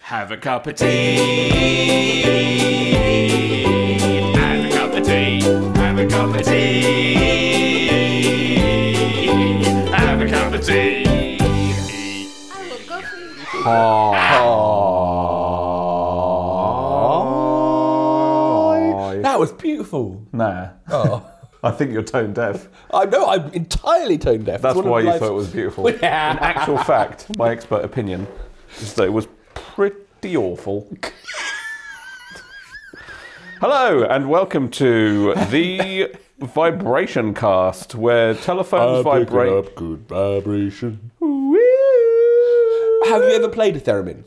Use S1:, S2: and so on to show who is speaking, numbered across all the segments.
S1: Have a cup of tea. Have a cup of tea. Have a cup of tea. Have a cup of tea.
S2: I will go for you.
S3: That was beautiful.
S4: Nah.
S3: Oh.
S4: I think you're tone deaf.
S3: I know, I'm entirely tone deaf. It's
S4: That's
S3: one of
S4: why you
S3: life's-
S4: thought it was beautiful. In actual fact, my expert opinion is that it was pretty awful. Hello, and welcome to the Vibration Cast, where telephones vibrate.
S3: good vibration.
S4: Woo!
S3: Have you ever played a theremin?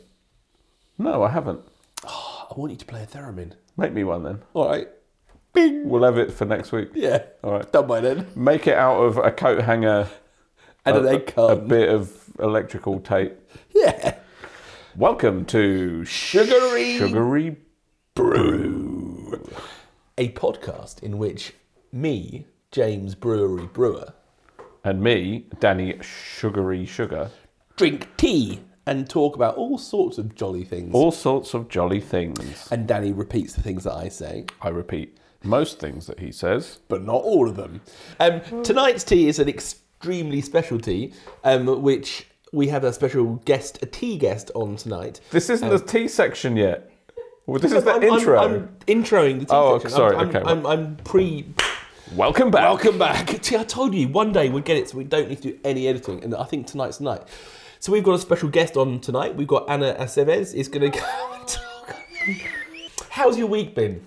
S4: No, I haven't.
S3: I want you to play a theremin.
S4: Make me one then.
S3: All right.
S4: We'll have it for next week.
S3: Yeah.
S4: All right.
S3: Done by then.
S4: Make it out of a coat hanger,
S3: And
S4: a,
S3: an egg
S4: a
S3: carton.
S4: bit of electrical tape.
S3: Yeah.
S4: Welcome to
S3: Sugary-
S4: Sugary Brew.
S3: A podcast in which me, James Brewery Brewer,
S4: And me, Danny Sugary Sugar.
S3: drink tea and talk about all sorts of jolly things.
S4: All sorts of jolly things.
S3: and Danny repeats the things that I say,
S4: I repeat, most things that he says.
S3: but not all of them. Um, tonight's tea is an extremely special tea, um, which we have a special guest, a tea guest on tonight.
S4: This isn't the tea section yet. Well, this is the
S3: Oh. I'm- I'm-
S4: intro.
S3: I'm, introing the tea
S4: Oh,
S3: section.
S4: sorry,
S3: I'm, I'm,
S4: okay, well.
S3: I'm, I'm pre.
S4: Welcome back.
S3: Welcome back. See, I told you one day we'd get it, so we don't need to do any editing. And I think tonight's the night. So we've got a special guest on tonight. We've got Anna Aceves is going to come and talk. How's your week been?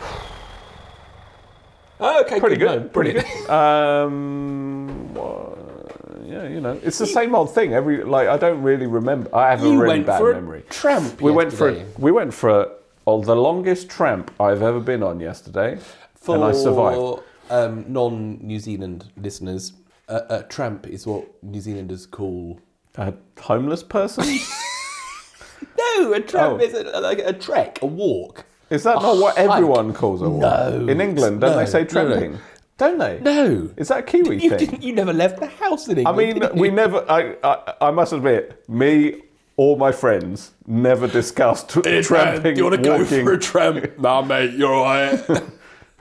S3: Oh, okay,
S4: Pretty good.
S3: no,
S4: pretty
S3: brilliant.
S4: good. Um, well, yeah, you know, it's the same old thing. Every like, I don't really remember. I have a
S3: You
S4: really
S3: went
S4: bad
S3: for a
S4: memory.
S3: tramp
S4: We went for a,
S3: yesterday.
S4: we went for a, oh, the longest tramp I've ever been on yesterday,
S3: For
S4: and I survived.
S3: um, non-New Zealand listeners, a, a tramp is what New Zealanders call.
S4: A homeless person?
S3: No, a tramp
S4: Oh.
S3: is a, like a trek, a walk.
S4: Is that not what
S3: hike.
S4: everyone calls a walk?
S3: Oh, No.
S4: In England, don't
S3: No,
S4: they say
S3: no, no.
S4: tramping? Don't they?
S3: No.
S4: Is that a Kiwi
S3: You
S4: thing?
S3: didn't. You never left the house in
S4: I
S3: England.
S4: mean,
S3: did
S4: we
S3: you?
S4: never. I, I I must admit, me or my friends never discussed tramping, walking.
S3: tramp? nah, mate, you're alright.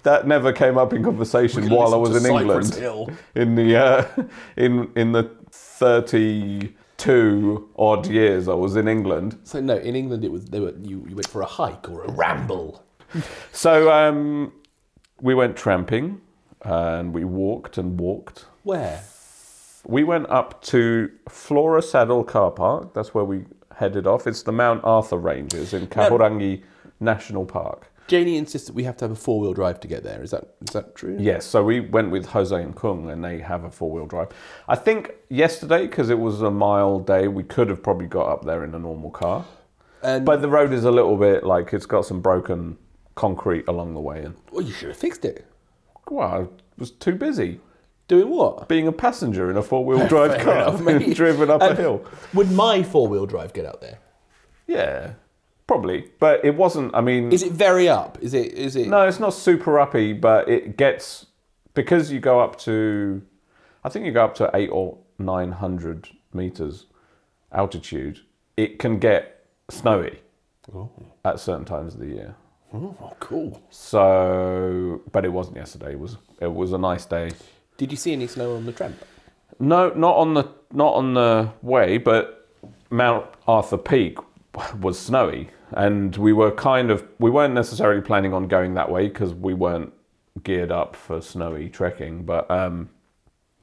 S4: that never came up in conversation
S3: can
S4: while I was
S3: listen
S4: in
S3: to
S4: England.
S3: Cypress Hill.
S4: In the uh, in in the thirty-two odd years I was in England.
S3: so no, in England it was they were you, you went for a hike or a ramble.
S4: So um, we went tramping, and we walked and walked.
S3: Where?
S4: We went up to Flora Saddle Car Park. That's where we headed off. It's the Mount Arthur Ranges in Kahurangi National Park.
S3: Janie insists that we have to have a four wheel drive to get there. Is that is that true?
S4: Yes, so we went with Jose and Kung, and they have a four wheel drive. I think yesterday, because it was a mild day, we could have probably got up there in a normal car.
S3: And
S4: But the road is a little bit like it's got some broken concrete along the way, and
S3: well, you should have fixed it.
S4: well, I was too busy
S3: Doing what?
S4: being a passenger in a four wheel drive
S3: Fair
S4: car
S3: enough, mate.
S4: driven up a
S3: Um,
S4: hill.
S3: Would my four wheel drive get out there?
S4: Yeah, probably. But it wasn't, I mean,
S3: Is it very up? Is it is it
S4: No, it's not super uppy, but it gets because you go up to, I think you go up to eight or nine hundred meters altitude. It can get snowy at certain times of the year.
S3: Oh, cool.
S4: So, but it wasn't yesterday. It was it was a nice day.
S3: Did you see any snow on the tramp?
S4: No, not on the not on the way, but Mount Arthur Peak was snowy, and we were kind of we weren't necessarily planning on going that way because we weren't geared up for snowy trekking, but um,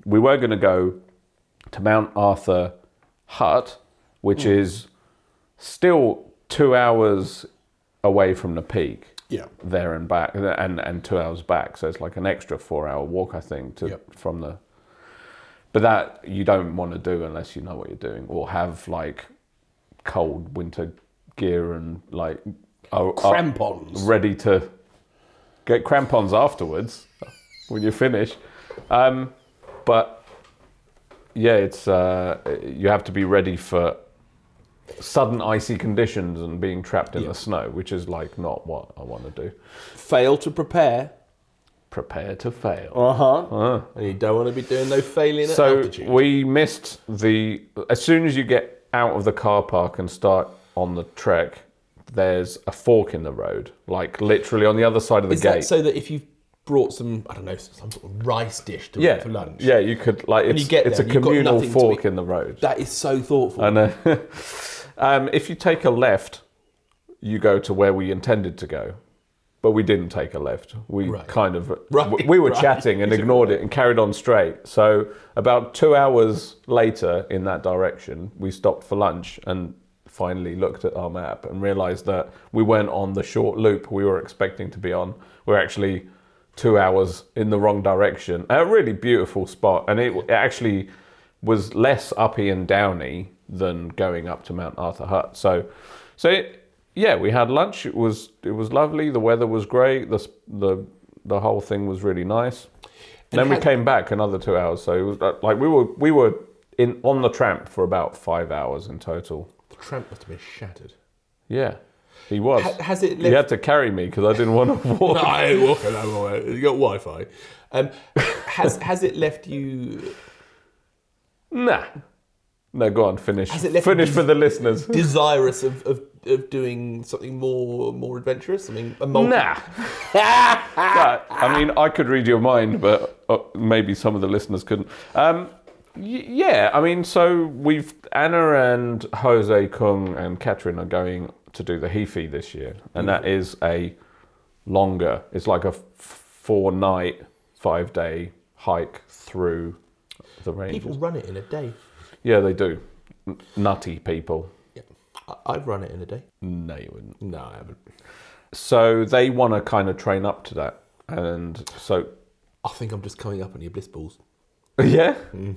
S4: we were going to go to Mount Arthur Hut, which is still two hours away from the peak
S3: Yeah.
S4: there and back and and two hours back so it's like an extra four hour walk i think to
S3: Yep.
S4: from the but that you don't want to do unless you know what you're doing or have like cold winter gear and like are, are
S3: Uh, Crampons.
S4: ready to get crampons afterwards when you finish um, but yeah it's uh, you have to be ready for sudden icy conditions and being trapped in the snow which is like not what i want to do
S3: Fail to prepare.
S4: prepare to fail
S3: Uh-huh. And you don't want to be doing no failing at
S4: so
S3: altitude.
S4: we missed the as soon as you get out of the car park and start on the trek, there's a fork in the road, like literally on the other side of the
S3: Is
S4: gate.
S3: that so that if you've brought some, I don't know, some sort of rice dish to
S4: yeah,
S3: for lunch,
S4: yeah, you could like it's,
S3: you get
S4: it's
S3: there
S4: a
S3: and you've got
S4: communal
S3: nothing to
S4: fork
S3: eat.
S4: in the road.
S3: that is so thoughtful.
S4: I know. um, if you take a left, you go to where we intended to go, but we didn't take a left. We
S3: Right.
S4: kind of
S3: Right,
S4: we- we were
S3: right.
S4: chatting and ignored it and carried on straight. So about two hours later, in that direction, we stopped for lunch and finally looked at our map and realised that we weren't on the short loop we were expecting to be on. We're actually two hours in the wrong direction. A really beautiful spot, and it, it actually was less uppy and downy than going up to Mount Arthur Hut. So, so it, yeah, we had lunch. It was it was lovely. The weather was great. The s- the the whole thing was really nice.
S3: And
S4: then we
S3: how-
S4: came back another two hours. So it was like- like we were we were in on the tramp for about five hours in total.
S3: The tramp must have been shattered.
S4: Yeah, he was.
S3: Ha- has it
S4: He
S3: left-
S4: had to carry me because I didn't want to walk.
S3: No, walk along, all right. You got Wi-Fi. Um, has has it left you
S4: Nah. No, go on, finish.
S3: Has it left
S4: Finish
S3: you-
S4: for the listeners.
S3: desirous of, of, of doing something more more adventurous? I mean, a multi-
S4: Nah. That- I mean, I could read your mind, but uh, maybe some of the listeners couldn't. Um, y- yeah, I mean, so we've Anna and Jose Kung and Catherine are going to do the Hefe this year, and that is a longer. It's like a f- four-night, five-day hike through the range.
S3: People run it in a day.
S4: Yeah, they do. N- nutty people.
S3: Yeah. I, I've run it in a day.
S4: No, you wouldn't.
S3: No, I haven't.
S4: So they want to kind of train up to that, and so
S3: I think I'm just coming up on your bliss balls.
S4: yeah.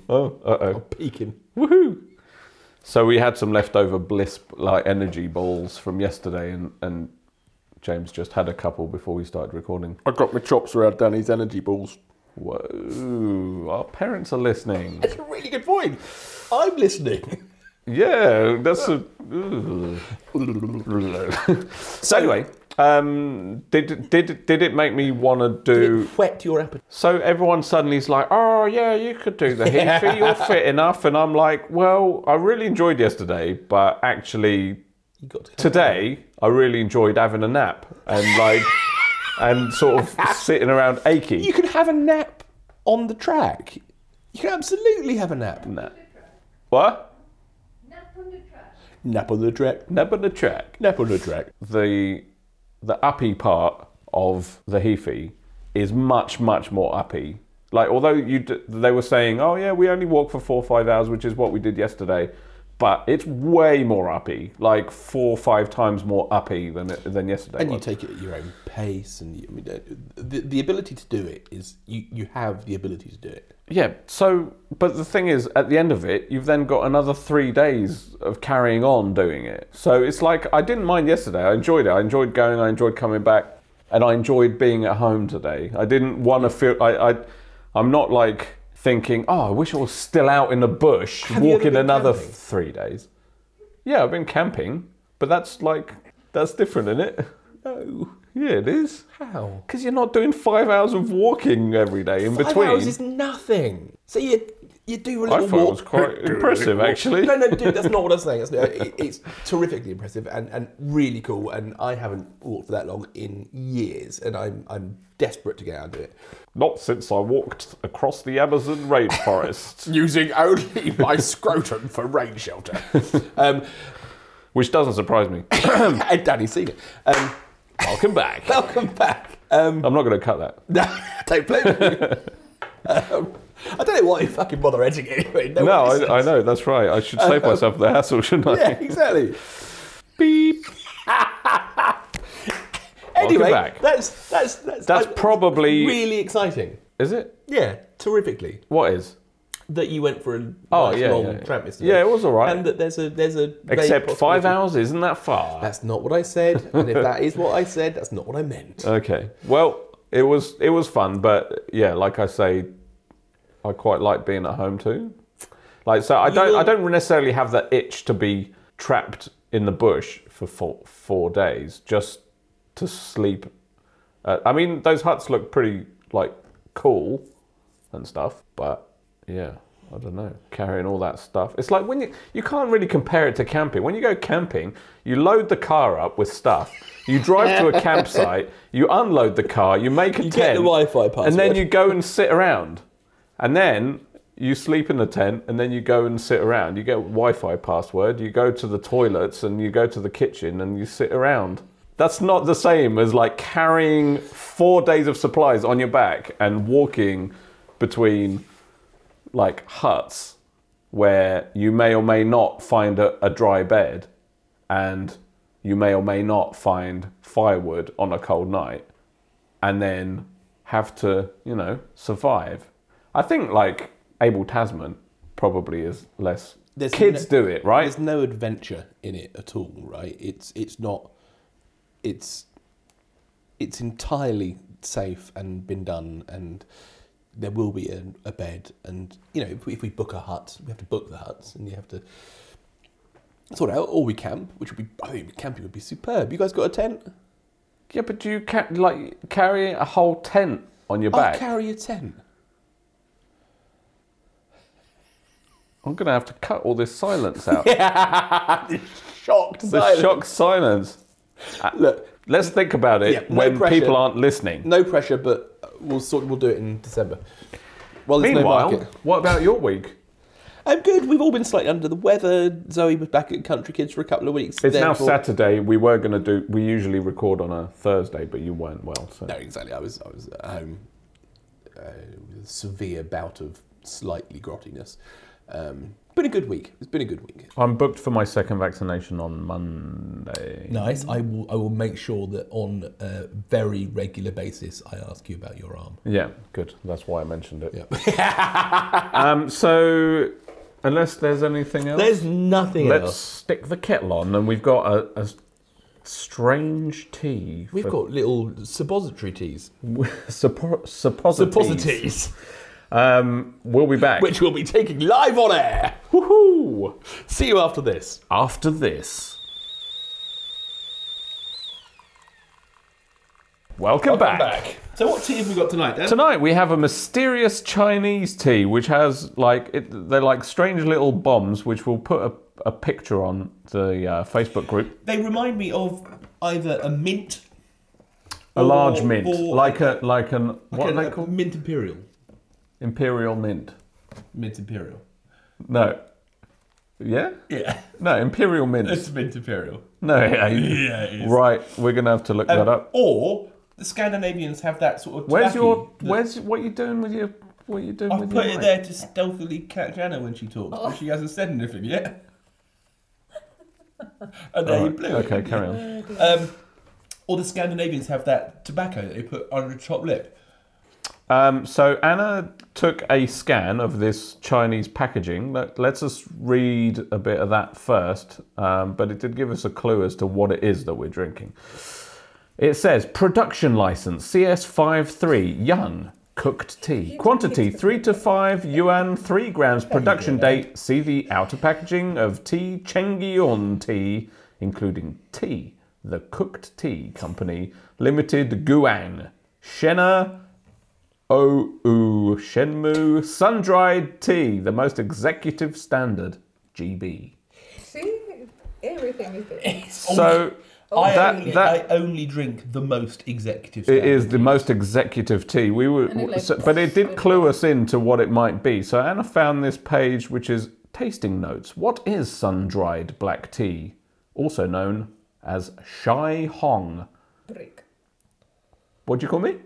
S4: Oh, uh oh.
S3: Peeking.
S4: Woohoo! So we had some leftover bliss like energy balls from yesterday, and and James just had a couple before we started recording.
S2: I got my chops around Danny's energy balls.
S4: Whoa! Our parents are listening.
S3: That's a really good point. I'm listening.
S4: Yeah, that's a. ooh. so anyway, um, did did did it make me want to do?
S3: It whet your appetite.
S4: So everyone suddenly is like, oh, yeah, you could do the Heafy, you're fit enough. And I'm like, well, I really enjoyed yesterday, but actually
S3: You got to.
S4: today I really enjoyed having a nap and like, and sort of sitting around
S3: You
S4: achy.
S3: can have a nap on the track. You can absolutely have a nap.
S4: Nah. What?
S5: Nap on the track.
S3: Nap on the track.
S4: Nap on the track.
S3: Nap on the track.
S4: The, the uppy part of the Heafy is much, much more uppy. Like, although you d- they were saying, oh, yeah, we only walk for four or five hours, which is what we did yesterday, but it's way more uppy, like four or five times more uppy than, than yesterday.
S3: And you
S4: was.
S3: take it at your own pace, and you, I mean, uh, the, the ability to do it is you, you have the ability to do it.
S4: yeah, so, but the thing is, at the end of it, you've then got another three days of carrying on doing it. So it's like, I didn't mind yesterday. I enjoyed it. I enjoyed going, I enjoyed coming back, and I enjoyed being at home today. I didn't want to feel, I, I, I'm not like thinking, oh, I wish I was still out in the bush
S3: you ever
S4: walking
S3: been
S4: another
S3: camping?
S4: three days. Yeah, I've been camping, but that's like, that's different, isn't it? No. Yeah, it is.
S3: How?
S4: Because you're not doing five hours of walking every day in between.
S3: Five hours is nothing. So you you do a
S4: I
S3: little
S4: thought it
S3: walk.
S4: was quite impressive, actually.
S3: No, no, dude, that's not what I'm saying. That's, no, it- it's terrifically impressive and, and really cool. And I haven't walked for that long in years, and I'm I'm desperate to get out and do it.
S4: Not since I walked across the Amazon rainforest,
S2: Using only my scrotum for rain shelter.
S3: Um,
S4: which doesn't surprise me.
S3: and Danny's seen it. Um,
S4: Welcome back.
S3: welcome back. Um,
S4: I'm not going to cut that.
S3: no, don't blame me. um, I don't know why you fucking bother editing it anyway. No,
S4: No,
S3: one listens.
S4: I, I know that's right. I should save myself the hassle, shouldn't I?
S3: Yeah, exactly.
S4: Beep.
S3: Anyway,
S4: back.
S3: that's that's that's
S4: That's
S3: I-
S4: probably-
S3: really exciting.
S4: Is it?
S3: Yeah, terrifically
S4: What is?
S3: that you went for a
S4: Oh,
S3: nice
S4: yeah,
S3: long
S4: yeah, yeah.
S3: tramp yesterday.
S4: Yeah, it was all right.
S3: And that there's a there's a vague
S4: Except five
S3: possibility-
S4: hours isn't that far.
S3: That's not what I said, and if that is what I said, that's not what I meant.
S4: Okay. Well, it was it was fun, but yeah, like I say, I quite like being at home too. Like so, I don't I don't necessarily have that itch to be trapped in the bush for four, four days just to sleep. Uh, I mean, those huts look pretty like cool and stuff, but yeah, I don't know, carrying all that stuff. It's like when you you can't really compare it to camping. When you go camping, you load the car up with stuff. You drive to a campsite, you unload the car, you make a
S3: You
S4: tent,
S3: get the Wi-Fi password.
S4: and then you go and sit around, and then you sleep in the tent, and then you go and sit around. You get Wi-Fi password. You go to the toilets, and you go to the kitchen, and you sit around. That's not the same as like carrying four days of supplies on your back and walking between like huts where you may or may not find a, a dry bed and you may or may not find firewood on a cold night and then have to, you know, survive. I think like Abel Tasman probably is less.
S3: There's
S4: Kids
S3: no-
S4: do it, right?
S3: There's no adventure in it at all, right? It's it's not it's it's entirely safe and been done and there will be a, a bed and you know if we, if we book a hut we have to book the huts and you have to sort it out or we camp which would be I mean camping would be superb you guys got a tent
S4: Yeah, but do you ca- like carry a whole tent on your
S3: I'll
S4: back?
S3: carry a tent
S4: I'm gonna have to cut all this silence out.
S3: shocked
S4: the
S3: silence.
S4: shock silence.
S3: look
S4: Let's think about it
S3: Yeah, no
S4: when
S3: pressure.
S4: people aren't listening.
S3: no pressure but we'll sort we'll do it in December well there's
S4: Meanwhile,
S3: no market
S4: what about your week?
S3: I'm good. We've all been slightly under the weather. Zoe was back at Country Kids for a couple of weeks.
S4: It's now
S3: Therefore-
S4: Saturday. We were going to do. We usually record on a Thursday, but you weren't well. So
S3: No, exactly. I was I was at home uh, with a severe bout of slightly grottiness. Um, been a good week. It's been a good week.
S4: I'm booked for my second vaccination on Monday.
S3: Nice. I will I will make sure that on a very regular basis I ask you about your arm.
S4: Yeah, good. That's why I mentioned it.
S3: Yep.
S4: Um, so, unless there's anything else,
S3: There's nothing
S4: let's
S3: else.
S4: stick the kettle on, and we've got a, a strange tea.
S3: We've got little suppository teas.
S4: suppo- suppositories. Um, we'll be back.
S3: Which we'll be taking live on air.
S4: Woohoo!
S3: See you after this.
S4: After this. Welcome, back.
S3: So what tea have we got tonight, Dan?
S4: Tonight we have a mysterious Chinese tea, which has like it, they're like strange little bombs, which we'll put a, a picture on the uh, Facebook group.
S3: They remind me of either a mint,
S4: A large mint,
S3: or-
S4: like a like an what
S3: a-
S4: are they
S3: a
S4: called?
S3: mint imperial,
S4: Imperial mint.
S3: mint imperial.
S4: No. Yeah.
S3: Yeah,
S4: No, imperial mint.
S3: it's a mint imperial.
S4: No, it ain't.
S3: Yeah, it is.
S4: Right, we're gonna have to
S3: Um,
S4: look that up.
S3: Or the Scandinavians have that sort of.
S4: Where's
S3: taffy
S4: your?
S3: that-
S4: Where's what you doing with your? What you doing
S3: I've
S4: with
S3: put
S4: your
S3: it
S4: mic?
S3: there to stealthily catch Anna when she talks, but she hasn't said anything yet. and there you
S4: Right,
S3: blew it.
S4: Okay, carry on.
S3: Um, or the Scandinavians have that tobacco that they put under the top lip.
S4: Um, so Anna took a scan of this Chinese packaging. Let, let's us read a bit of that first, um, but it did give us a clue as to what it is that we're drinking. It says production license CS53 young cooked tea quantity 3 to 5 yuan 3 grams production date see the outer packaging of tea Chenggyun tea including tea the cooked tea company limited Guang Shena Oh, ooh, Shenmue sun dried tea, the most executive standard, GB.
S6: See, everything is there.
S4: So
S3: Oh, I,
S4: Oh, that
S3: only,
S4: that
S3: I only drink the most executive.
S4: it
S3: standard.
S4: is the most executive tea. We were,
S6: And it like-
S4: so- but it did clue us in to what it might be. So Anna found this page, which is tasting notes. What is sun dried black tea, also known as Shai Hong?
S6: Brick.
S4: What do you call me?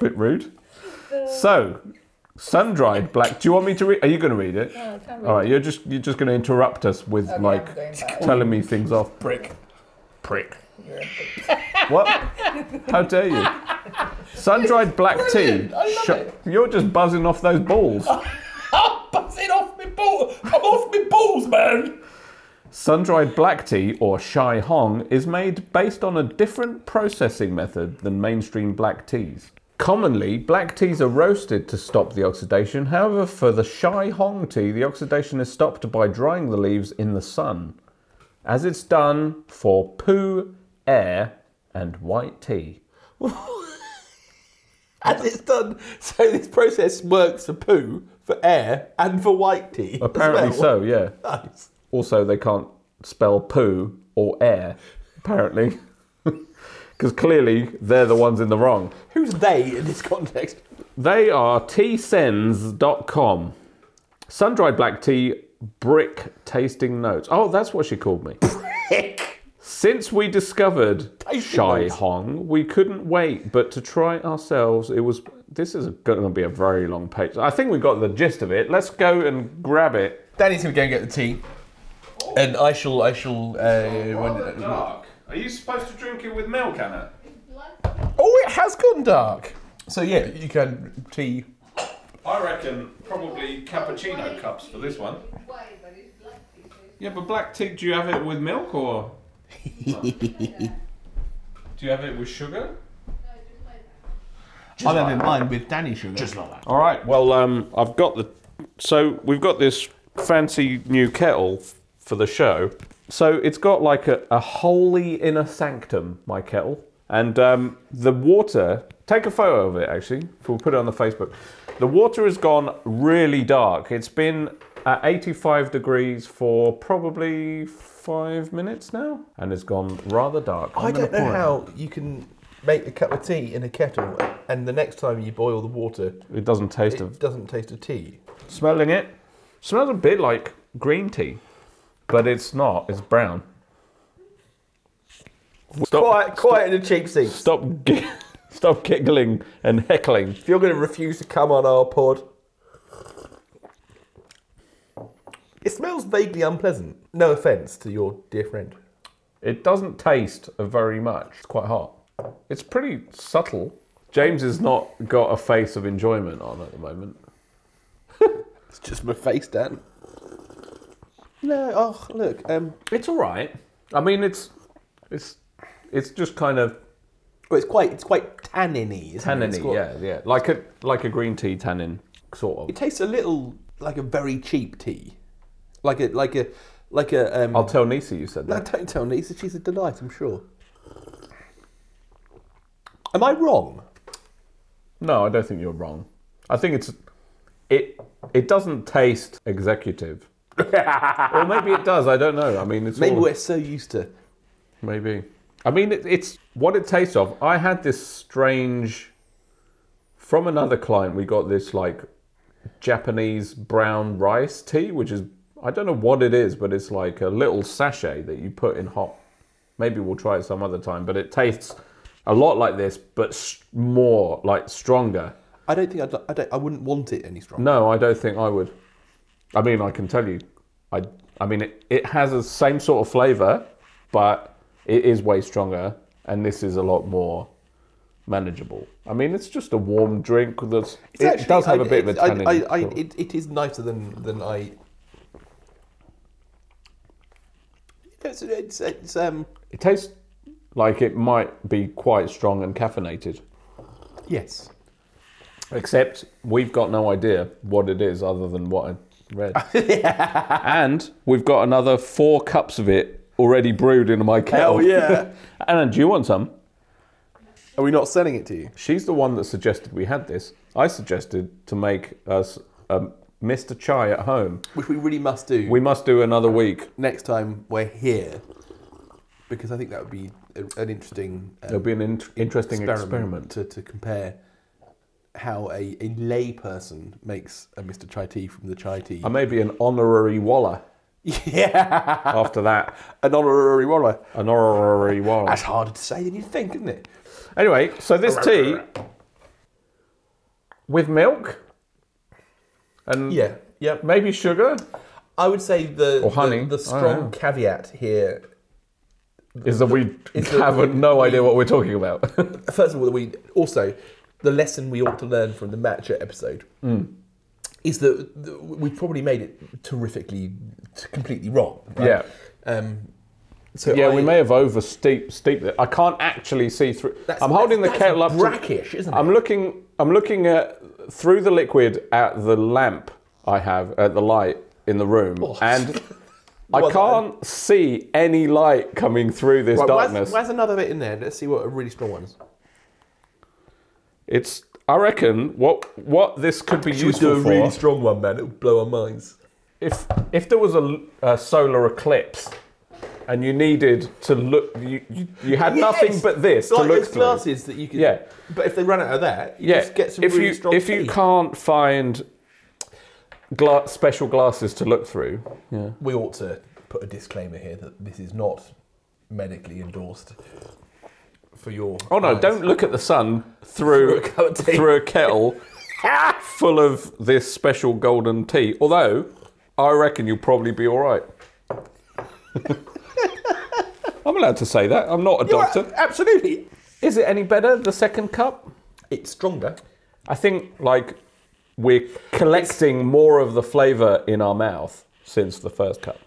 S4: Bit rude. So, sun-dried black. Do you want me to read? Are you going to read it?
S6: No, I can't read
S4: All right, you're just you're just going to interrupt us with
S6: Okay, I'm
S4: like
S6: going back.
S4: telling me things off.
S3: prick.
S4: Prick.
S6: You're a brick.
S4: What? How dare you? Sun-dried black tea. Sh- You're just buzzing off those balls.
S3: I'm buzzing off my balls. I'm off my balls, man.
S4: Sun-dried black tea, or Shai Hong, is made based on a different processing method than mainstream black teas. Commonly, black teas are roasted to stop the oxidation. However, for the Shai Hong tea, the oxidation is stopped by drying the leaves in the sun, as it's done for poo, air, and white tea.
S3: as it's done. So this process works for poo, for air, and for white tea. as
S4: Apparently
S3: well.
S4: so, yeah.
S3: Nice.
S4: Also, they can't spell poo or air, apparently. Because clearly they're the ones in the wrong.
S3: Who's they in this context?
S4: They are tsens.com. Sun dried black tea, brick tasting notes. Oh, that's what she called me.
S3: Heck.
S4: Since we discovered
S3: Tasting
S4: Shai
S3: notes.
S4: Hong, we couldn't wait but to try ourselves. It was. This is going to be a very long page. I think we got the gist of it. Let's go and grab it.
S3: Danny's gonna go and get the tea, and I shall. I shall. Uh, when,
S4: dark. Are you supposed to drink it with milk, Anna?
S3: oh, it has gone dark. So yeah, you can tea.
S4: I reckon probably cappuccino cups for this one.
S5: Why? But it's black tea. so it's-
S4: Yeah, but black tea, do you have it with milk or? do you have it with sugar?
S5: No, it's just like that.
S3: I'm having mine with Danny sugar. Just like
S4: All right. Well, um, I've got the. So we've got this fancy new kettle f- for the show. So it's got like a, a holy inner sanctum, my kettle, and um, the water. Take a photo of it, actually. We'll put it on the Facebook. The water has gone really dark. It's been at 85 degrees for probably five minutes now, and it's gone rather dark.
S3: I don't know how you can make a cup of tea in a kettle, and the next time you boil the water,
S4: It doesn't taste of
S3: it doesn't taste of tea.
S4: Smelling it, smells a bit like green tea, but it's not. It's brown. Stop!
S3: Quite, quite in a cheap seat.
S4: Stop! gi- Stop giggling and heckling.
S3: If you're going to refuse to come on our pod, it smells vaguely unpleasant. No offence to your dear friend.
S4: It doesn't taste of very much. It's quite hot. It's pretty subtle. James has not got a face of enjoyment on at the moment.
S2: It's just my face, Dan.
S3: No, oh look, um,
S4: It's all right. I mean, it's it's it's just kind of
S3: well, it's quite, it's quite tanniny. Isn't it? It's
S4: tanniny.
S3: got-
S4: Yeah, yeah. Like a like a green tea tannin sort of.
S3: It tastes a little like a very cheap tea, like a, like a, like a. Um,
S4: I'll tell Nisi you said
S3: No,
S4: that.
S3: don't tell Nisa. She's a delight, I'm sure. Am I wrong?
S4: No, I don't think you're wrong. I think it's it it doesn't taste executive. or maybe it does. I don't know. I mean, it's
S3: Maybe
S4: all-
S3: we're so used to.
S4: maybe. I mean, it, it's what it tastes of. I had this strange from another client. We got this like Japanese brown rice tea, which is I don't know what it is, but it's like a little sachet that you put in hot. Maybe we'll try it some other time, but it tastes a lot like this, but s- more like stronger.
S3: I don't think I'd. li- I don't. I wouldn't want it any stronger.
S4: No, I don't think I would. I mean, I can tell you, I, I mean, it, it has the same sort of flavour, but it is way stronger, and this is a lot more manageable. I mean, it's just a warm drink. That's,
S3: It's
S4: it
S3: actually-
S4: does have a
S3: I-
S4: bit of a
S3: it's- I-
S4: tannin.
S3: I, I,
S4: sort of-
S3: it, it is nicer than than I. It's, it's, it's, um.
S4: it tastes like it might be quite strong and caffeinated,
S3: Yes.
S4: except we've got no idea what it is other than what I read. And we've got another four cups of it already brewed in my kettle.
S3: Hell yeah.
S4: Anna, do you want some?
S2: Are we not selling it to you?
S4: She's the one that suggested we had this. I suggested to make us a Mr. Chai at home.
S3: Which we really must do
S4: We must do another week.
S3: next time we're here, because I think that would be a, an interesting. um,
S4: It'll be an in- interesting experiment.
S3: to, to compare how a, a lay person makes a Mr. Chai tea from the chai tea.
S4: I may be an honorary Waller
S3: yeah,
S4: after that.
S3: an honorary Waller.
S4: An honorary Waller.
S3: That's harder to say than you'd think, isn't it?
S4: Anyway, so this tea with milk and
S3: Yeah, yeah.
S4: maybe sugar
S3: I would say the
S4: Or honey.
S3: the, the
S4: I don't
S3: strong
S4: know.
S3: caveat here.
S4: is that we
S3: It's a-
S4: have no idea what we're talking about.
S3: First of all, we also the lesson we ought to learn from the matcha episode
S4: Mm.
S3: is that th- we've probably made it terrifically, t- completely wrong. right?
S4: yeah.
S3: Um, so
S4: Yeah,
S3: I-
S4: we may have over steep steeped it. I can't actually see through.
S3: That's-
S4: I'm holding
S3: that's-
S4: the
S3: that's
S4: kettle up. to-
S3: brackish, isn't it?
S4: I'm looking. I'm looking at through the liquid at the lamp I have at the light in the room, and I
S3: Well
S4: can't see any light coming through this
S3: Right, where's,
S4: darkness.
S3: where's another bit in there? Let's see what a really strong one is.
S4: It's I reckon what what this could be
S3: She would
S4: useful
S3: do a
S4: for
S3: really strong one, man. It would blow our minds.
S4: if if there was a, l- a solar eclipse and you needed to look, you you, you had nothing
S3: Yes!
S4: but this
S3: It's
S4: to
S3: like
S4: look
S3: those
S4: through.
S3: glasses that you can.
S4: Yeah.
S3: But if they run out of that, you
S4: Yeah,
S3: just get some
S4: if
S3: really
S4: you
S3: strong
S4: if you
S3: tea.
S4: can't find gla- special glasses to look through, yeah,
S3: we ought to put a disclaimer here that this is not medically endorsed for your.
S4: Oh no!
S3: eyes.
S4: Don't look at the sun
S3: Through
S4: through
S3: a cup of tea.
S4: through a kettle full of this special golden tea. Although, I reckon you'll probably be all right. I'm allowed to say that. I'm not a doctor.
S3: Absolutely,
S4: Is it any better? The second cup?
S3: it's stronger.
S4: I think like we're collecting more of the flavour in our mouth since the first cup.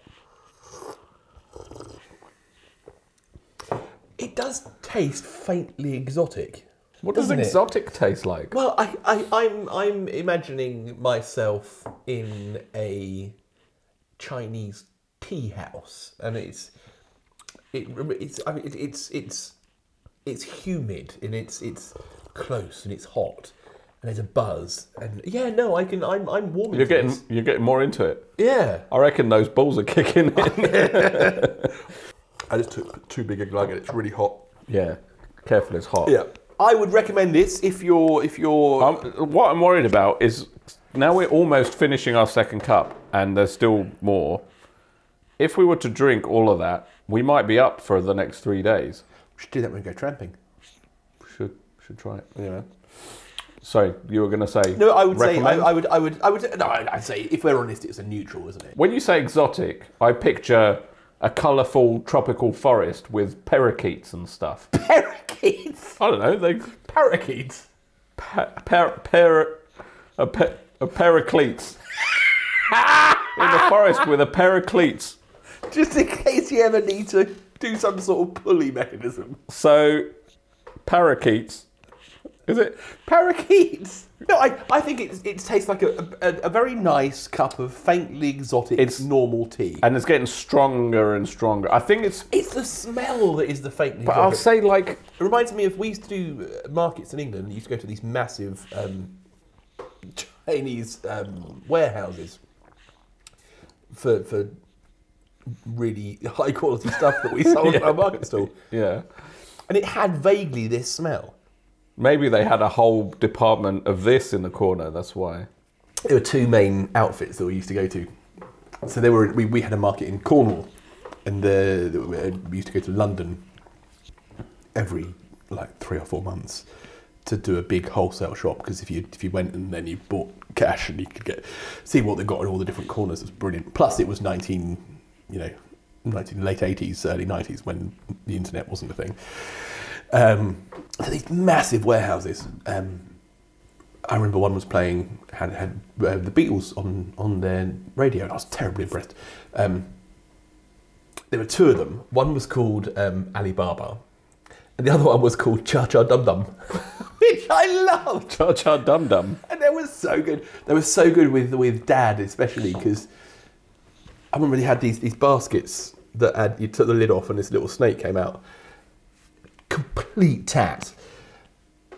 S3: It does taste faintly exotic.
S4: What does
S3: doesn't it?
S4: exotic taste like?
S3: Well, I, I, I'm, I'm imagining myself in a Chinese tea house, and it's, it, rem- it's, I mean, it, it's, it's, it's humid and it's, it's close and it's hot, and there's a buzz, and yeah, no, I can, I'm, I'm warming.
S4: You're
S3: to
S4: getting
S3: this.
S4: you're getting more into it.
S3: yeah.
S4: I reckon those balls are kicking in.
S2: I just took too big a glug and it's really hot.
S4: yeah, careful, it's hot.
S2: Yeah.
S3: I would recommend this if you're, if you're.
S4: Um, what I'm worried about is now we're almost finishing our second cup, and there's still more. If we were to drink all of that, we might be up for the next three days.
S2: We should do that when we go tramping.
S4: Should should try it.
S2: Yeah.
S4: So you were going to say?
S3: no, I would say I,
S4: recommend?
S3: I would I would I would no I'd I'd say if we're honest it's a neutral isn't it?
S4: When you say exotic, I picture a colourful tropical forest with parakeets and stuff.
S3: Parakeets,
S4: I don't know. They
S3: parakeets.
S4: pa- par- par- a, pa- a paracletes in the forest with a paracletes.
S3: just in case you ever need to do some sort of pulley mechanism.
S4: So, parakeets. Is it?
S3: Parakeets. No, I, I think it, it tastes like a, a, a very nice cup of faintly exotic
S4: It's-
S3: normal tea.
S4: And it's getting stronger and stronger. I think it's.
S3: it's the smell that is the faintly
S4: But I'll
S3: exotic.
S4: say like
S3: it reminds me of we used to do uh, markets in England. You used to go to these massive um, Chinese um, warehouses for for really high quality stuff that we sold at our market stall,
S4: yeah.
S3: and it had vaguely this smell.
S4: Maybe they had a whole department of this in the corner. That's why.
S3: there were two main outfits that we used to go to. So there were we, we had a market in Cornwall, and the, we used to go to London every like three or four months to do a big wholesale shop because if you if you went and then you bought cash and you could get see what they got in all the different corners it was brilliant. Plus it was nineteen, you know, nineteen late eighties, early nineties when the internet wasn't a thing. Um, so these massive warehouses. Um, I remember one was playing had had uh, the Beatles on on their radio, and I was terribly impressed. Um, there were two of them. One was called um, Alibaba, and the other one was called Cha Cha Dum Dum, which I loved.
S4: Cha cha dum dum.
S3: And they were so good. They were so good with with Dad, especially because I remember they had these these baskets that had you took the lid off and this little snake came out. Complete tat.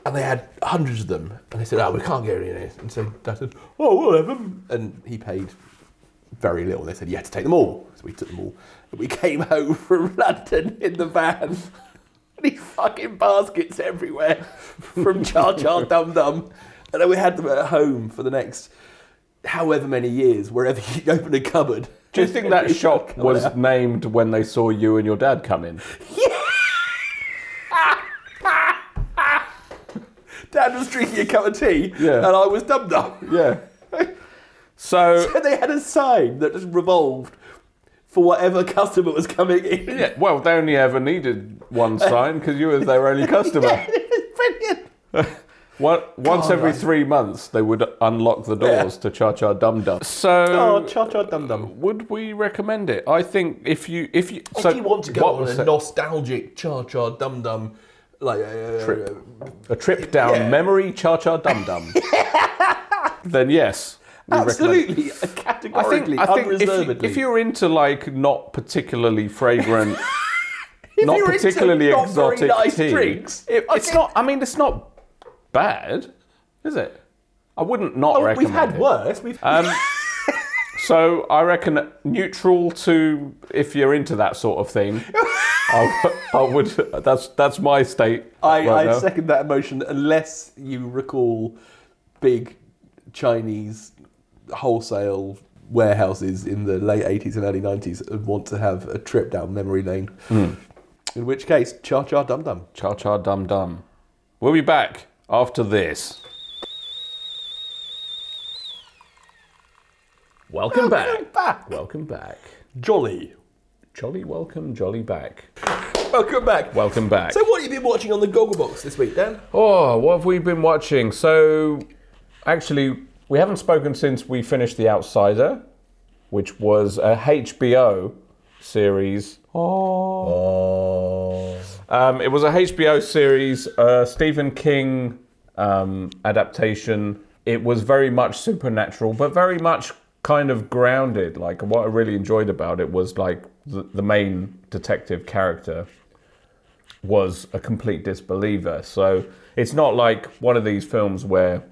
S3: And they had hundreds of them, and they said, "Oh, we can't get any of this." And so Dad said, "Oh, we'll have them." And he paid very little. They said, "You had to take them all." So we took them all. And we came home from London in the van. These fucking baskets everywhere from Char Char Dum Dum. And then we had them at home for the next however many years, wherever you open a cupboard.
S4: Do you think that shop was named when they saw you and your dad come in?
S3: Dad was drinking a cup of tea,
S4: Yeah.
S3: and I was Dum Dum.
S4: Yeah. So
S3: And they had a sign that just revolved for whatever customer was coming in.
S4: yeah, well, they only ever needed one sign because you were their only customer.
S3: It's brilliant.
S4: One- once
S3: God,
S4: every
S3: I-
S4: three months, they would unlock the doors to Cha Cha Dum Dum. So,
S3: Oh, Char Char Dum Dum.
S4: would we recommend it? I think if you if you
S3: if you want to go
S4: what
S3: on
S4: was
S3: a
S4: it?
S3: nostalgic Char Char Dum Dum, like uh,
S4: Trip. a trip down
S3: Yeah.
S4: memory Cha Cha Dum Dum, then yes, we recommend it.
S3: absolutely,
S4: I think
S3: categorically,
S4: I think if, you,
S3: unreservedly.
S4: if you're into like not particularly fragrant.
S3: If
S4: not
S3: you're into
S4: particularly
S3: not very
S4: exotic
S3: nice
S4: tea.
S3: drinks,
S4: It-
S3: I
S4: it's
S3: think-
S4: not. I mean, it's not bad. Is it? I wouldn't not
S3: Oh,
S4: recommend
S3: we've had
S4: it.
S3: worse. We've
S4: Um, so I reckon neutral to if you're into that sort of thing. I, I would. That's that's my state.
S3: I,
S4: right
S3: I
S4: now.
S3: second that emotion unless you recall big Chinese wholesale warehouses in the late 80s and early 90s and want to have a trip down memory lane. In which case, Cha Cha Dum Dum.
S4: Cha cha dum dum. We'll be back after this. Welcome back.
S3: Back.
S4: Welcome back.
S3: Jolly.
S4: Jolly welcome, jolly back.
S3: Welcome back.
S4: Welcome back.
S3: So, what have you been watching on the Goggle Box this week, Dan?
S4: Oh, what have we been watching? So, actually, we haven't spoken since we finished The Outsider, which was a HBO series. Oh. Um, it was a HBO series, uh, Stephen King um, adaptation. It was very much supernatural, but very much kind of grounded. Like, what I really enjoyed about it was like the, the main detective character was a complete disbeliever. So it's not like one of these films where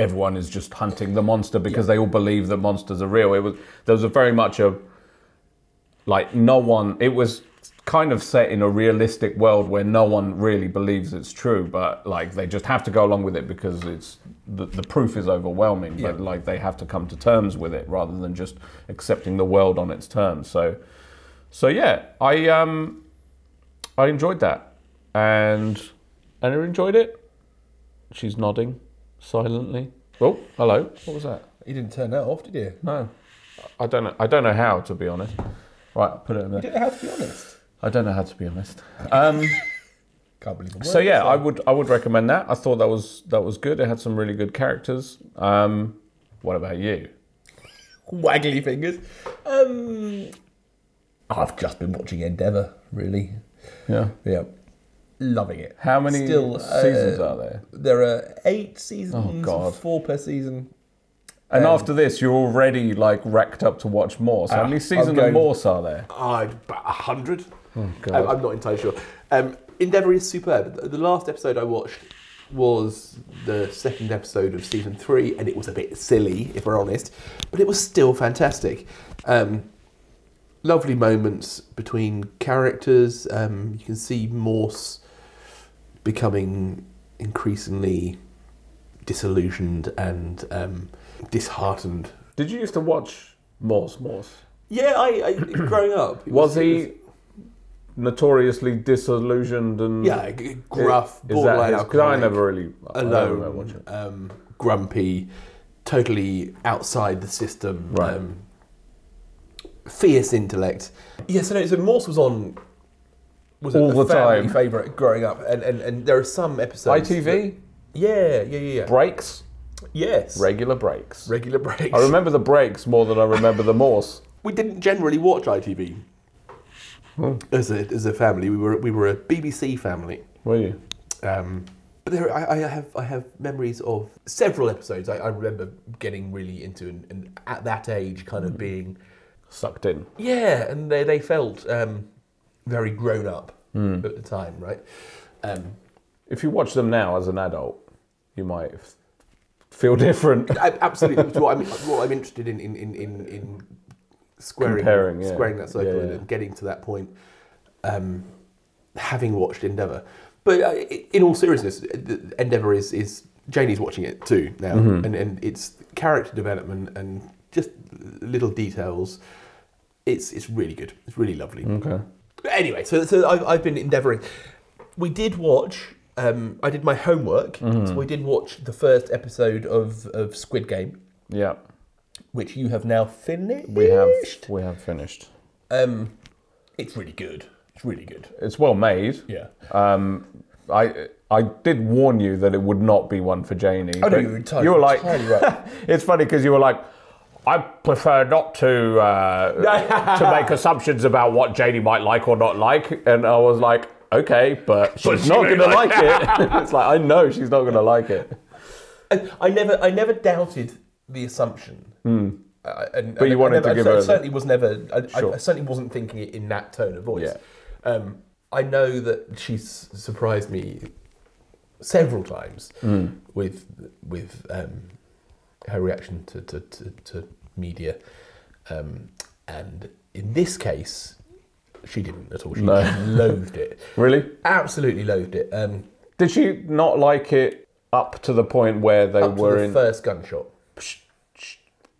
S4: everyone is just hunting the monster because they all believe that monsters are real. It was there was a very much a like no one. It was kind of set in a realistic world where no one really believes it's true, but like they just have to go along with it because it's the, the proof is overwhelming. But like they have to come to terms with it rather than just accepting the world on its terms. So. So yeah, I um I enjoyed that, and Anna enjoyed it. She's nodding silently. Oh, hello. What was that?
S3: You didn't turn that off, did you?
S4: No, I don't know. I don't know how to be honest. Right, put it in there.
S3: I have to be honest.
S4: I don't know how to be honest. Um,
S3: Can't believe it.
S4: so yeah, I would I would recommend that. I thought that was that was good. It had some really good characters. Um, what about you?
S7: waggly fingers. Um, I've just been watching Endeavour, really.
S4: Yeah.
S7: Yeah, loving it.
S4: How many
S7: Still, uh,
S4: seasons are there?
S7: There are eight seasons,
S4: Oh, God.
S7: four per season.
S4: And
S7: um,
S4: after this, you're already like racked up to watch more. So how many season
S7: Ah, going-
S4: of Morse are there?
S3: I about a hundred.
S4: Oh, God.
S3: Um, I'm not entirely sure. Um, Endeavour is superb. The- The last episode I watched was the second episode of season three, and it was a bit silly, if we're honest, but it was still fantastic. Um, lovely moments between characters. Um, you can see Morse becoming increasingly disillusioned and um, disheartened.
S4: Did you used to watch Morse? Morse.
S3: Yeah, I, I growing up it
S4: Was
S3: it
S4: he notoriously disillusioned and
S3: Yeah, g- gruff,
S4: Mm. Is that
S3: borderline
S4: his? Because I
S3: alcoholic,
S4: never really I don't remember watching
S3: alone,
S4: it.
S3: um, grumpy, totally outside the system,
S4: Right.
S3: um, fierce intellect. Yeah, so no, so Morse was on was
S4: All the time.
S3: favorite growing up, and, and and there are some episodes.
S4: ITV
S3: that- yeah, yeah, yeah, yeah.
S4: breaks,
S3: yes.
S4: regular breaks.
S3: Regular breaks.
S4: I remember the breaks more than I remember the Morse.
S3: we didn't generally watch ITV.
S4: Oh.
S3: As a, as a family, we were we were a BBC family.
S4: Were you?
S3: Um, but there, I, I have I have memories of several episodes. I, I remember getting really into and, and at that age, kind
S4: Hmm.
S3: of being
S4: Sucked in.
S3: yeah, and they they felt um, very grown up
S4: Hmm.
S3: at the time, right? Um,
S4: If you watch them now as an adult, you might f- feel different.
S3: I, absolutely, it's what I'm what I'm interested in in in in, in squaring
S4: Comparing, yeah.
S3: squaring that circle
S4: Yeah, yeah.
S3: and getting to that point. Um, having watched Endeavour, but uh, i- in all seriousness, the- Endeavour is is Janie's watching it too now,
S4: Mm-hmm.
S3: and and it's character development and just little details. It's it's really good. It's really lovely.
S4: Okay.
S3: But anyway, so, so I've, I've been endeavouring. We did watch. Um, I did my homework.
S4: Mm-hmm.
S3: So we did watch the first episode of, of Squid Game,
S4: Yeah.
S3: which you have now finished.
S4: We have we have finished.
S3: Um, it's really good. It's really good.
S4: It's well made.
S3: Yeah.
S4: Um, I I did warn you that it would not be one for Janie.
S3: Oh, no,
S4: but
S3: you were entirely-
S4: you were like,
S3: entirely right.
S4: it's funny because you were like, I prefer not to uh, to make assumptions about what Janie might like or not like, and I was like, okay, but she's
S1: she
S4: not
S1: may
S4: gonna like,
S1: like
S4: it. it's like I know she's not gonna like it,
S3: I, I never I never doubted the assumption. I- and, but
S4: Hmm. you wanted to give
S3: I,
S4: her
S3: I
S4: the-
S3: certainly was never. I, I-
S4: Sure.
S3: I, certainly wasn't thinking it in that tone of voice.
S4: Yeah.
S3: Um, I know that she's surprised me several times
S4: Hmm.
S3: with with um, her reaction to to, to, to media, um, and in this case, she didn't at all. She
S4: No.
S3: loathed it,
S4: Really?
S3: absolutely loathed it. Um,
S4: Did she not like it up to the point where they
S3: up to
S4: were
S3: the
S4: in?
S3: first gunshot,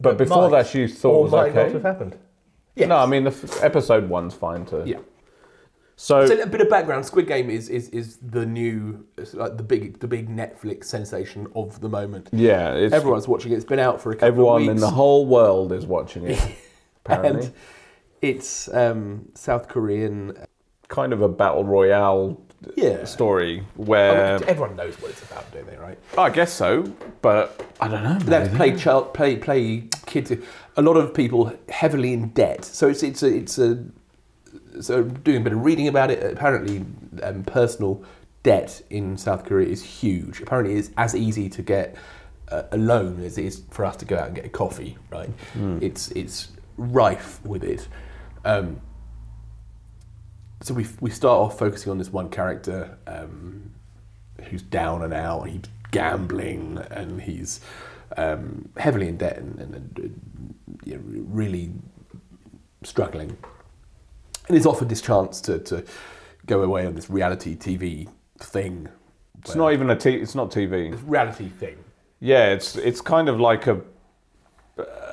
S4: but before
S3: might
S4: that, she thought
S3: or
S4: was
S3: might
S4: okay.
S3: not have happened.
S4: No, I mean the f- episode one's fine to.
S3: Yeah.
S4: So,
S3: So a bit of background: Squid Game is is, is the new, it's like the big the big Netflix sensation of the moment.
S4: yeah, it's,
S3: Everyone's watching it. It's been out for a couple
S4: everyone
S3: of weeks.
S4: in the whole world is watching it. apparently,
S3: and it's um, South Korean.
S4: kind of a battle royale
S3: Yeah.
S4: story um,
S3: I mean,
S4: where
S3: everyone knows what it's about, don't they? Right?
S4: I guess so, but I don't know.
S3: That's
S4: maybe.
S3: play child, play play kids. A lot of people heavily in debt, so it's it's a, it's a so doing a bit of reading about it. Apparently, um, personal debt in South Korea is huge. Apparently, it's as easy to get uh, a loan as it is for us to go out and get a coffee. Right? It's it's rife with it. Um, so we we start off focusing on this one character um, who's down and out. He's gambling and he's um, heavily in debt and, and, and uh, you know, really struggling. And he's offered this chance to, to go away on this reality TV thing.
S4: It's not even a t- It's not TV.
S3: reality thing.
S4: Yeah, it's it's kind of like a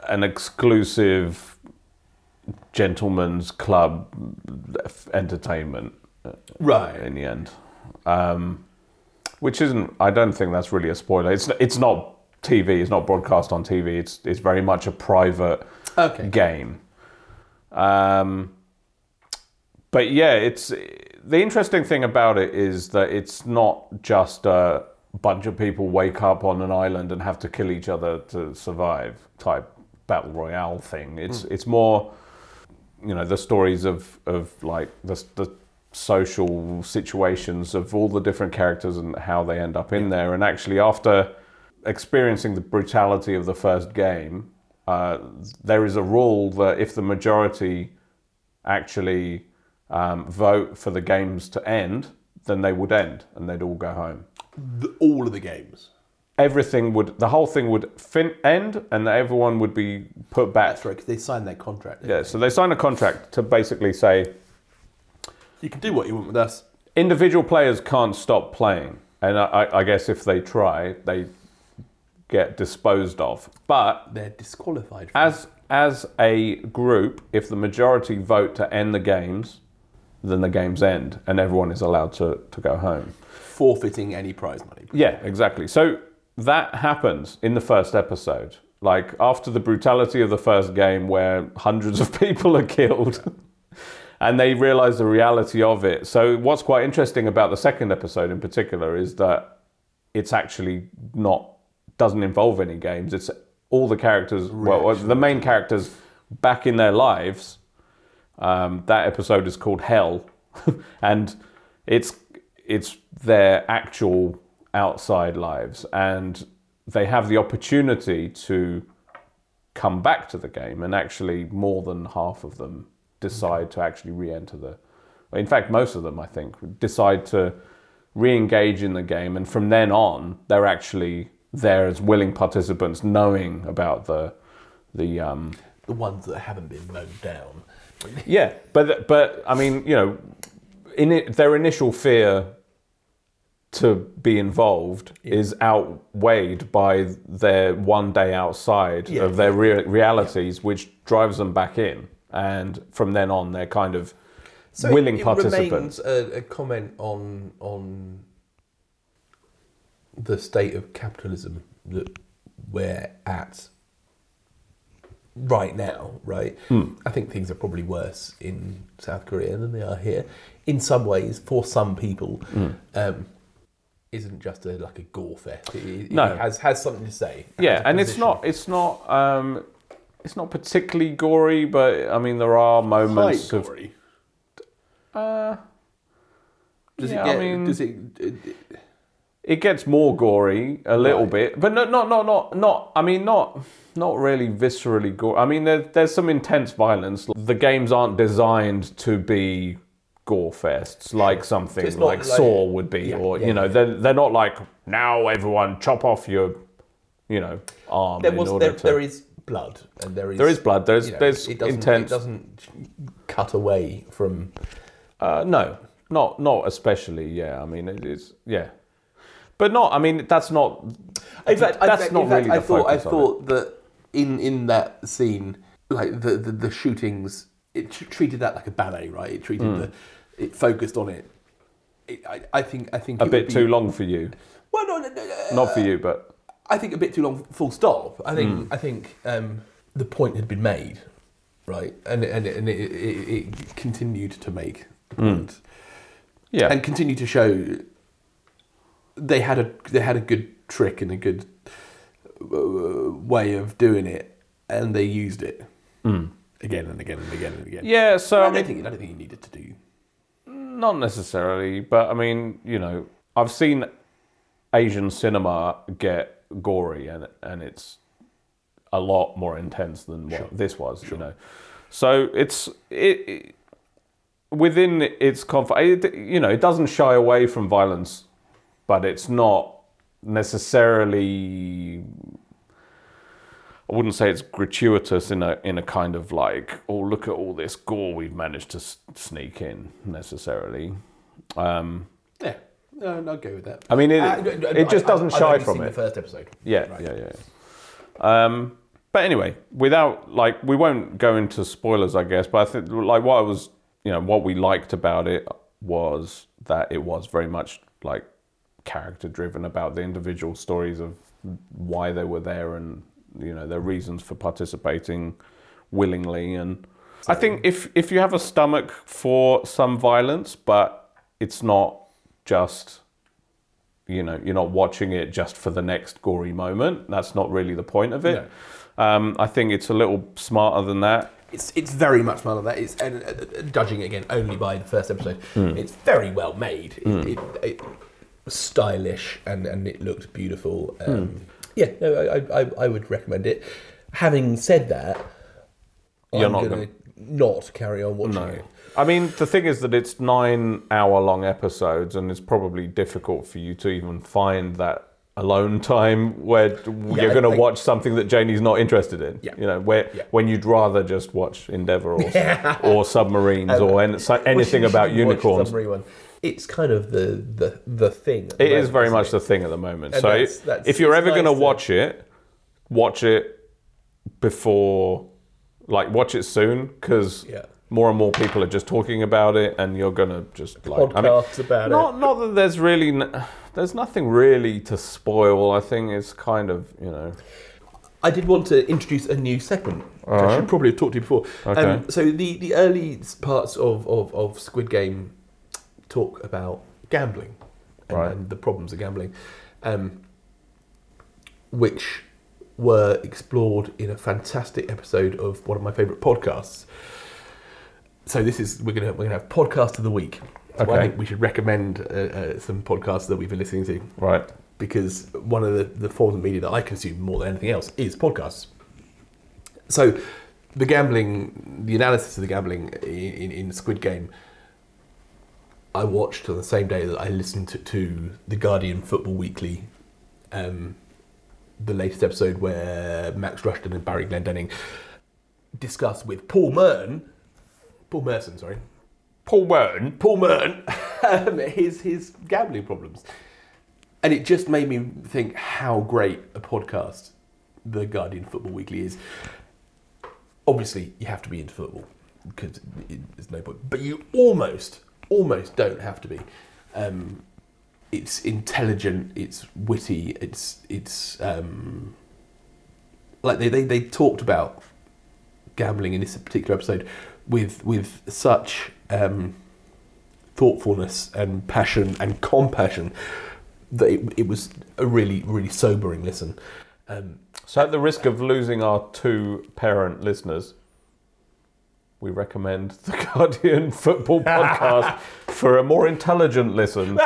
S4: an exclusive gentleman's club entertainment
S3: Right.
S4: in the end, um, which isn't. I don't think that's really a spoiler. It's it's not TV. It's not broadcast on TV. It's it's very much a private
S3: Okay.
S4: game. Um, but yeah, it's the interesting thing about it is that it's not just a bunch of people wake up on an island and have to kill each other to survive type battle royale thing. It's it's more, you know, the stories of of like the the social situations of all the different characters and how they end up in there. And actually, after experiencing the brutality of the first game, uh, there is a rule that if the majority actually um, vote for the games to end, then they would end and they'd all go home.
S3: The, all of the games.
S4: Everything would, the whole thing would fin- end and everyone would be put back.
S3: That's right, 'cause they signed their contract.
S4: Yeah, so they sign a contract to basically say
S3: You can do what you want with us.
S4: individual players can't stop playing. And I, I- I guess if they try, they get disposed of. But
S3: They're disqualified. From
S4: As as a group, if the majority vote to end the games, then the games end and everyone is allowed to, to go home.
S3: forfeiting any prize money.
S4: Yeah, exactly. So that happens in the first episode. Like after the brutality of the first game where hundreds of people are killed and they realize the reality of it. So what's quite interesting about the second episode in particular is that it's actually not doesn't involve any games. It's all the characters, well, the main characters back in their lives um, that episode is called Hell, and it's it's their actual outside lives, and they have the opportunity to come back to the game, and actually more than half of them decide to actually re-enter the. In fact, most of them, I think, decide to re-engage in the game, and from then on, they're actually there as willing participants, knowing about the the um,
S3: The ones that haven't been mowed down.
S4: yeah, but but I mean, you know, in it, their initial fear to be involved is outweighed by their one day outside
S3: Yeah.
S4: of their rea- realities, which drives them back in, and from then on, they're kind of
S3: So
S4: willing
S3: it, it
S4: participants.
S3: remains a, a comment on on the state of capitalism that we're at right now, right?
S4: Hmm.
S3: I think things are probably worse in South Korea than they are here. In some ways, for some people,
S4: Hmm.
S3: um, isn't just a, like a gore fest. It, it-
S4: No.
S3: it has has something to say. It
S4: Yeah,
S3: has a
S4: and it's
S3: position.
S4: not it's not um, it's not particularly gory, but I mean, there are moments
S3: Quite
S4: of
S3: gory.
S4: uh,
S3: Does
S4: does
S3: it get- does it, it, it-
S4: It gets more gory a little
S3: Right.
S4: bit, but not not not not not. I mean, not not really viscerally gore. I mean, there, there's some intense violence. The games aren't designed to be gore fests, like something
S3: it's not
S4: like
S3: like-
S4: Saw would be, or
S7: yeah,
S4: you know, they're they're not like now everyone chop off your, you know, arm
S3: There
S4: in
S3: was
S4: order
S3: there,
S4: to.
S3: there is blood and there is
S4: there is blood. There's
S3: you know,
S4: there's
S3: it doesn't,
S4: intense.
S3: It doesn't cut away from
S4: Uh, no, not not especially. Yeah, I mean it is. Yeah, but not. I mean that's not.
S3: In fact, I-
S4: that's
S3: in
S4: not
S3: fact,
S4: really
S3: I
S4: the
S3: thought I
S4: focus of it.
S3: thought that in in that scene, like the the, the shootings, it tr- treated that like a ballet, right? It treated
S4: Hmm.
S3: the it focused on it. it I, I think I think
S4: a
S3: it would
S4: bit
S3: be-
S4: too long for you.
S3: Well, no, no, no, no,
S4: Not for you, but
S3: I think a bit too long. Full stop. I think
S4: Hmm.
S3: I think um, the point had been made, right? And and and it, it, it continued to make the
S4: Hmm.
S3: point
S4: yeah.
S3: and continue to show they had a they had a good trick and a good uh, way of doing it, and they used it again and again and again and again.
S4: Hmm. yeah, so
S3: I
S4: I
S3: don't
S4: mean,
S3: think I don't think you needed to do.
S4: Not necessarily, but I mean, you know, I've seen Asian cinema get gory, and and it's a lot more intense than what this was, you know. So it's it, it- within its confines. It, you know, it doesn't shy away from violence, but it's not necessarily. I wouldn't say it's gratuitous in a in a kind of like, oh look at all this gore we've managed to s- sneak in necessarily. Um,
S3: Yeah, no, no, I'll go with that.
S4: I mean, it,
S3: Uh, no, no,
S4: it just
S3: I-
S4: doesn't
S3: I've
S4: shy
S3: only
S4: from
S3: seen
S4: it.
S3: The first episode.
S4: Yeah,
S3: Right.
S4: yeah, yeah, yeah. Um, but anyway, without like, we won't go into spoilers, I guess. But I think like what I was, you know, what we liked about it was that it was very much like character driven about the individual stories of why they were there and you know their reasons for participating willingly and I think if if you have a stomach for some violence but it's not just you know you're not watching it just for the next gory moment that's not really the point of it um, i think it's a little smarter than that
S3: It's it's very much one of that. It's and, uh, uh, judging it again only by the first episode.
S4: Hmm.
S3: It's very well made. It, it, it, stylish and and it looked beautiful. Um,
S4: Hmm.
S3: Yeah, no, I, I- I I would recommend it. Having said that,
S4: You're
S3: I'm
S4: not
S3: gonna
S4: gonna-
S3: not carry on watching it.
S4: i mean the thing is that it's nine hour long episodes and it's probably difficult for you to even find that alone time where d- you're
S3: I
S4: going to
S3: think-
S4: watch something that janie's not interested in
S3: Yeah.
S4: you know where
S3: Yeah.
S4: when you'd rather just watch endeavor or, or submarines or any, so-
S3: Well, she-
S4: anything
S3: she
S4: about
S3: should watch
S4: unicorns
S3: Submarine One. It's kind of the the the thing. at the
S4: It is
S3: moment,
S4: very
S3: isn't
S4: much
S3: it?
S4: the thing at the moment.
S3: And
S4: so
S3: that's- that's-
S4: if you're
S3: it's
S4: ever going to
S3: nice to-
S4: watch it, watch it before, like watch it soon, because
S3: Yeah.
S4: more and more people are just talking about it, and you're going to just like
S3: Podcasts about it.
S4: not, Not that there's really n- there's nothing really to spoil. I think it's kind of you know
S3: I did want to introduce a new segment. which I should probably have talked to you before.
S4: Okay.
S3: Um, so the, the early parts of, of, of Squid Game talk about gambling and,
S4: Right.
S3: and the problems of gambling, um, which were explored in a fantastic episode of one of my favourite podcasts. So this is we're gonna we're gonna have podcast of the week. So I
S4: Okay.
S3: think we should recommend uh, uh, some podcasts that we've been listening to
S4: right.
S3: because one of the, the forms of media that I consume more than anything else is podcasts. So, the gambling, the analysis of the gambling i- in, in Squid Game, I watched on the same day that I listened to, to the Guardian Football Weekly, um, the latest episode where Max Rushton and Barry Glendenning discuss with Paul Merton, Paul Merson, sorry,
S4: Paul Byrne.
S3: Paul Merton, um, his his gambling problems, and it just made me think how great a podcast the Guardian Football Weekly is. Obviously, you have to be into football because it- there's no point, but you almost almost don't have to be. Um, it's intelligent, it's witty, it's it's um, like they, they they talked about gambling in this particular episode with with such. Um, thoughtfulness and passion and compassion that it, it was a really really sobering listen um,
S4: So at the risk of losing our two parent listeners. We recommend the Guardian Football Podcast for a more intelligent listen.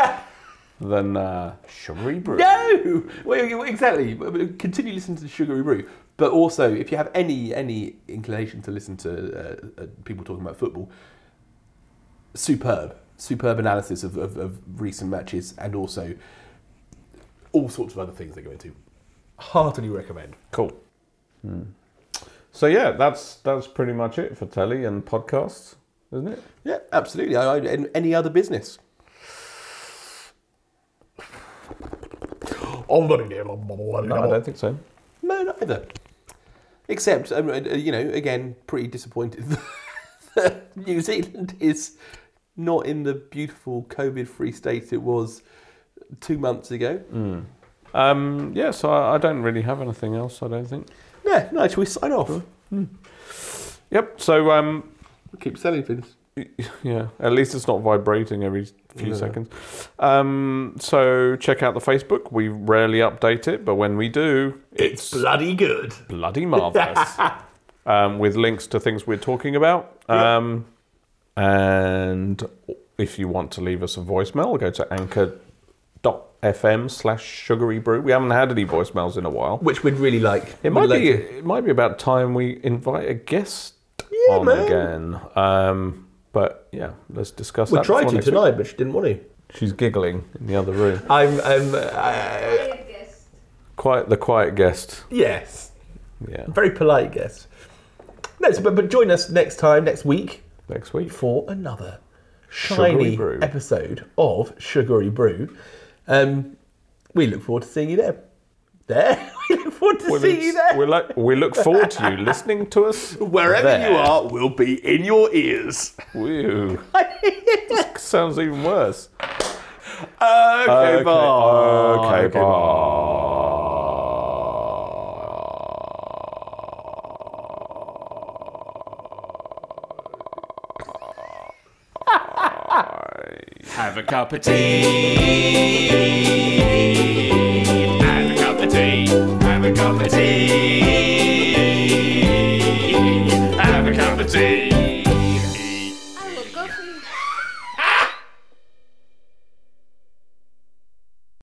S4: than uh, Sugary Brew.
S3: no well, you- exactly continue listening to sugary brew but also if you have any any inclination to listen to uh, uh, people talking about football superb, superb analysis of, of, of recent matches and also all sorts of other things they go into. Heartily recommend.
S4: Cool. Hmm. So yeah, that's that's pretty much it for telly and podcasts, isn't it?
S3: Yeah, absolutely. I, I, and any other business?
S4: No, I don't think so.
S3: No, not either. Except, um, uh, you know, again, pretty disappointed that New Zealand is not in the beautiful COVID free state it was two months ago.
S4: Um, yeah, so I, I don't really have anything else. I don't think.
S3: No, no, shall we sign off?
S4: Yep. So um,
S3: Keep selling things.
S4: Yeah, at least it's not vibrating every few
S3: No.
S4: seconds. Um, so check out the Facebook. We rarely update it, but when we do, it's
S3: bloody good.
S4: bloody marvelous. um, with links to things we're talking about. Um, And if you want to leave us a voicemail, go to anchor.fm slash sugary brew. We haven't had any voicemails in a while.
S3: Which we'd really like.
S4: It might be it might be about time we invite a guest on
S3: man.
S4: again. Um, but yeah, let's discuss
S3: We
S4: that.
S3: tried
S4: before
S3: to
S4: next week.
S3: tonight, but she didn't want to.
S4: She's giggling in the other room.
S3: I'm, I'm, uh,
S5: Quiet guest.
S4: Quiet the quiet guest.
S3: yes,
S4: Yeah.
S3: very polite guest. No, so, but, but join us next time, next week,
S4: Next week.
S3: for another
S4: Sugary
S3: shiny
S4: Brew.
S3: episode of Sugary Brew. Um, we look forward to seeing you there. There, we look forward to seeing you there.
S4: we look, we look forward to you listening to us there.
S3: are, we'll be in your ears.
S4: Woo. Sounds even worse.
S3: Okay,
S4: Okay,
S3: bye.
S4: okay, bye.
S1: Have a cup of tea. Have a cup of tea. Have a cup of tea. Have a cup of tea.
S5: I will go for you.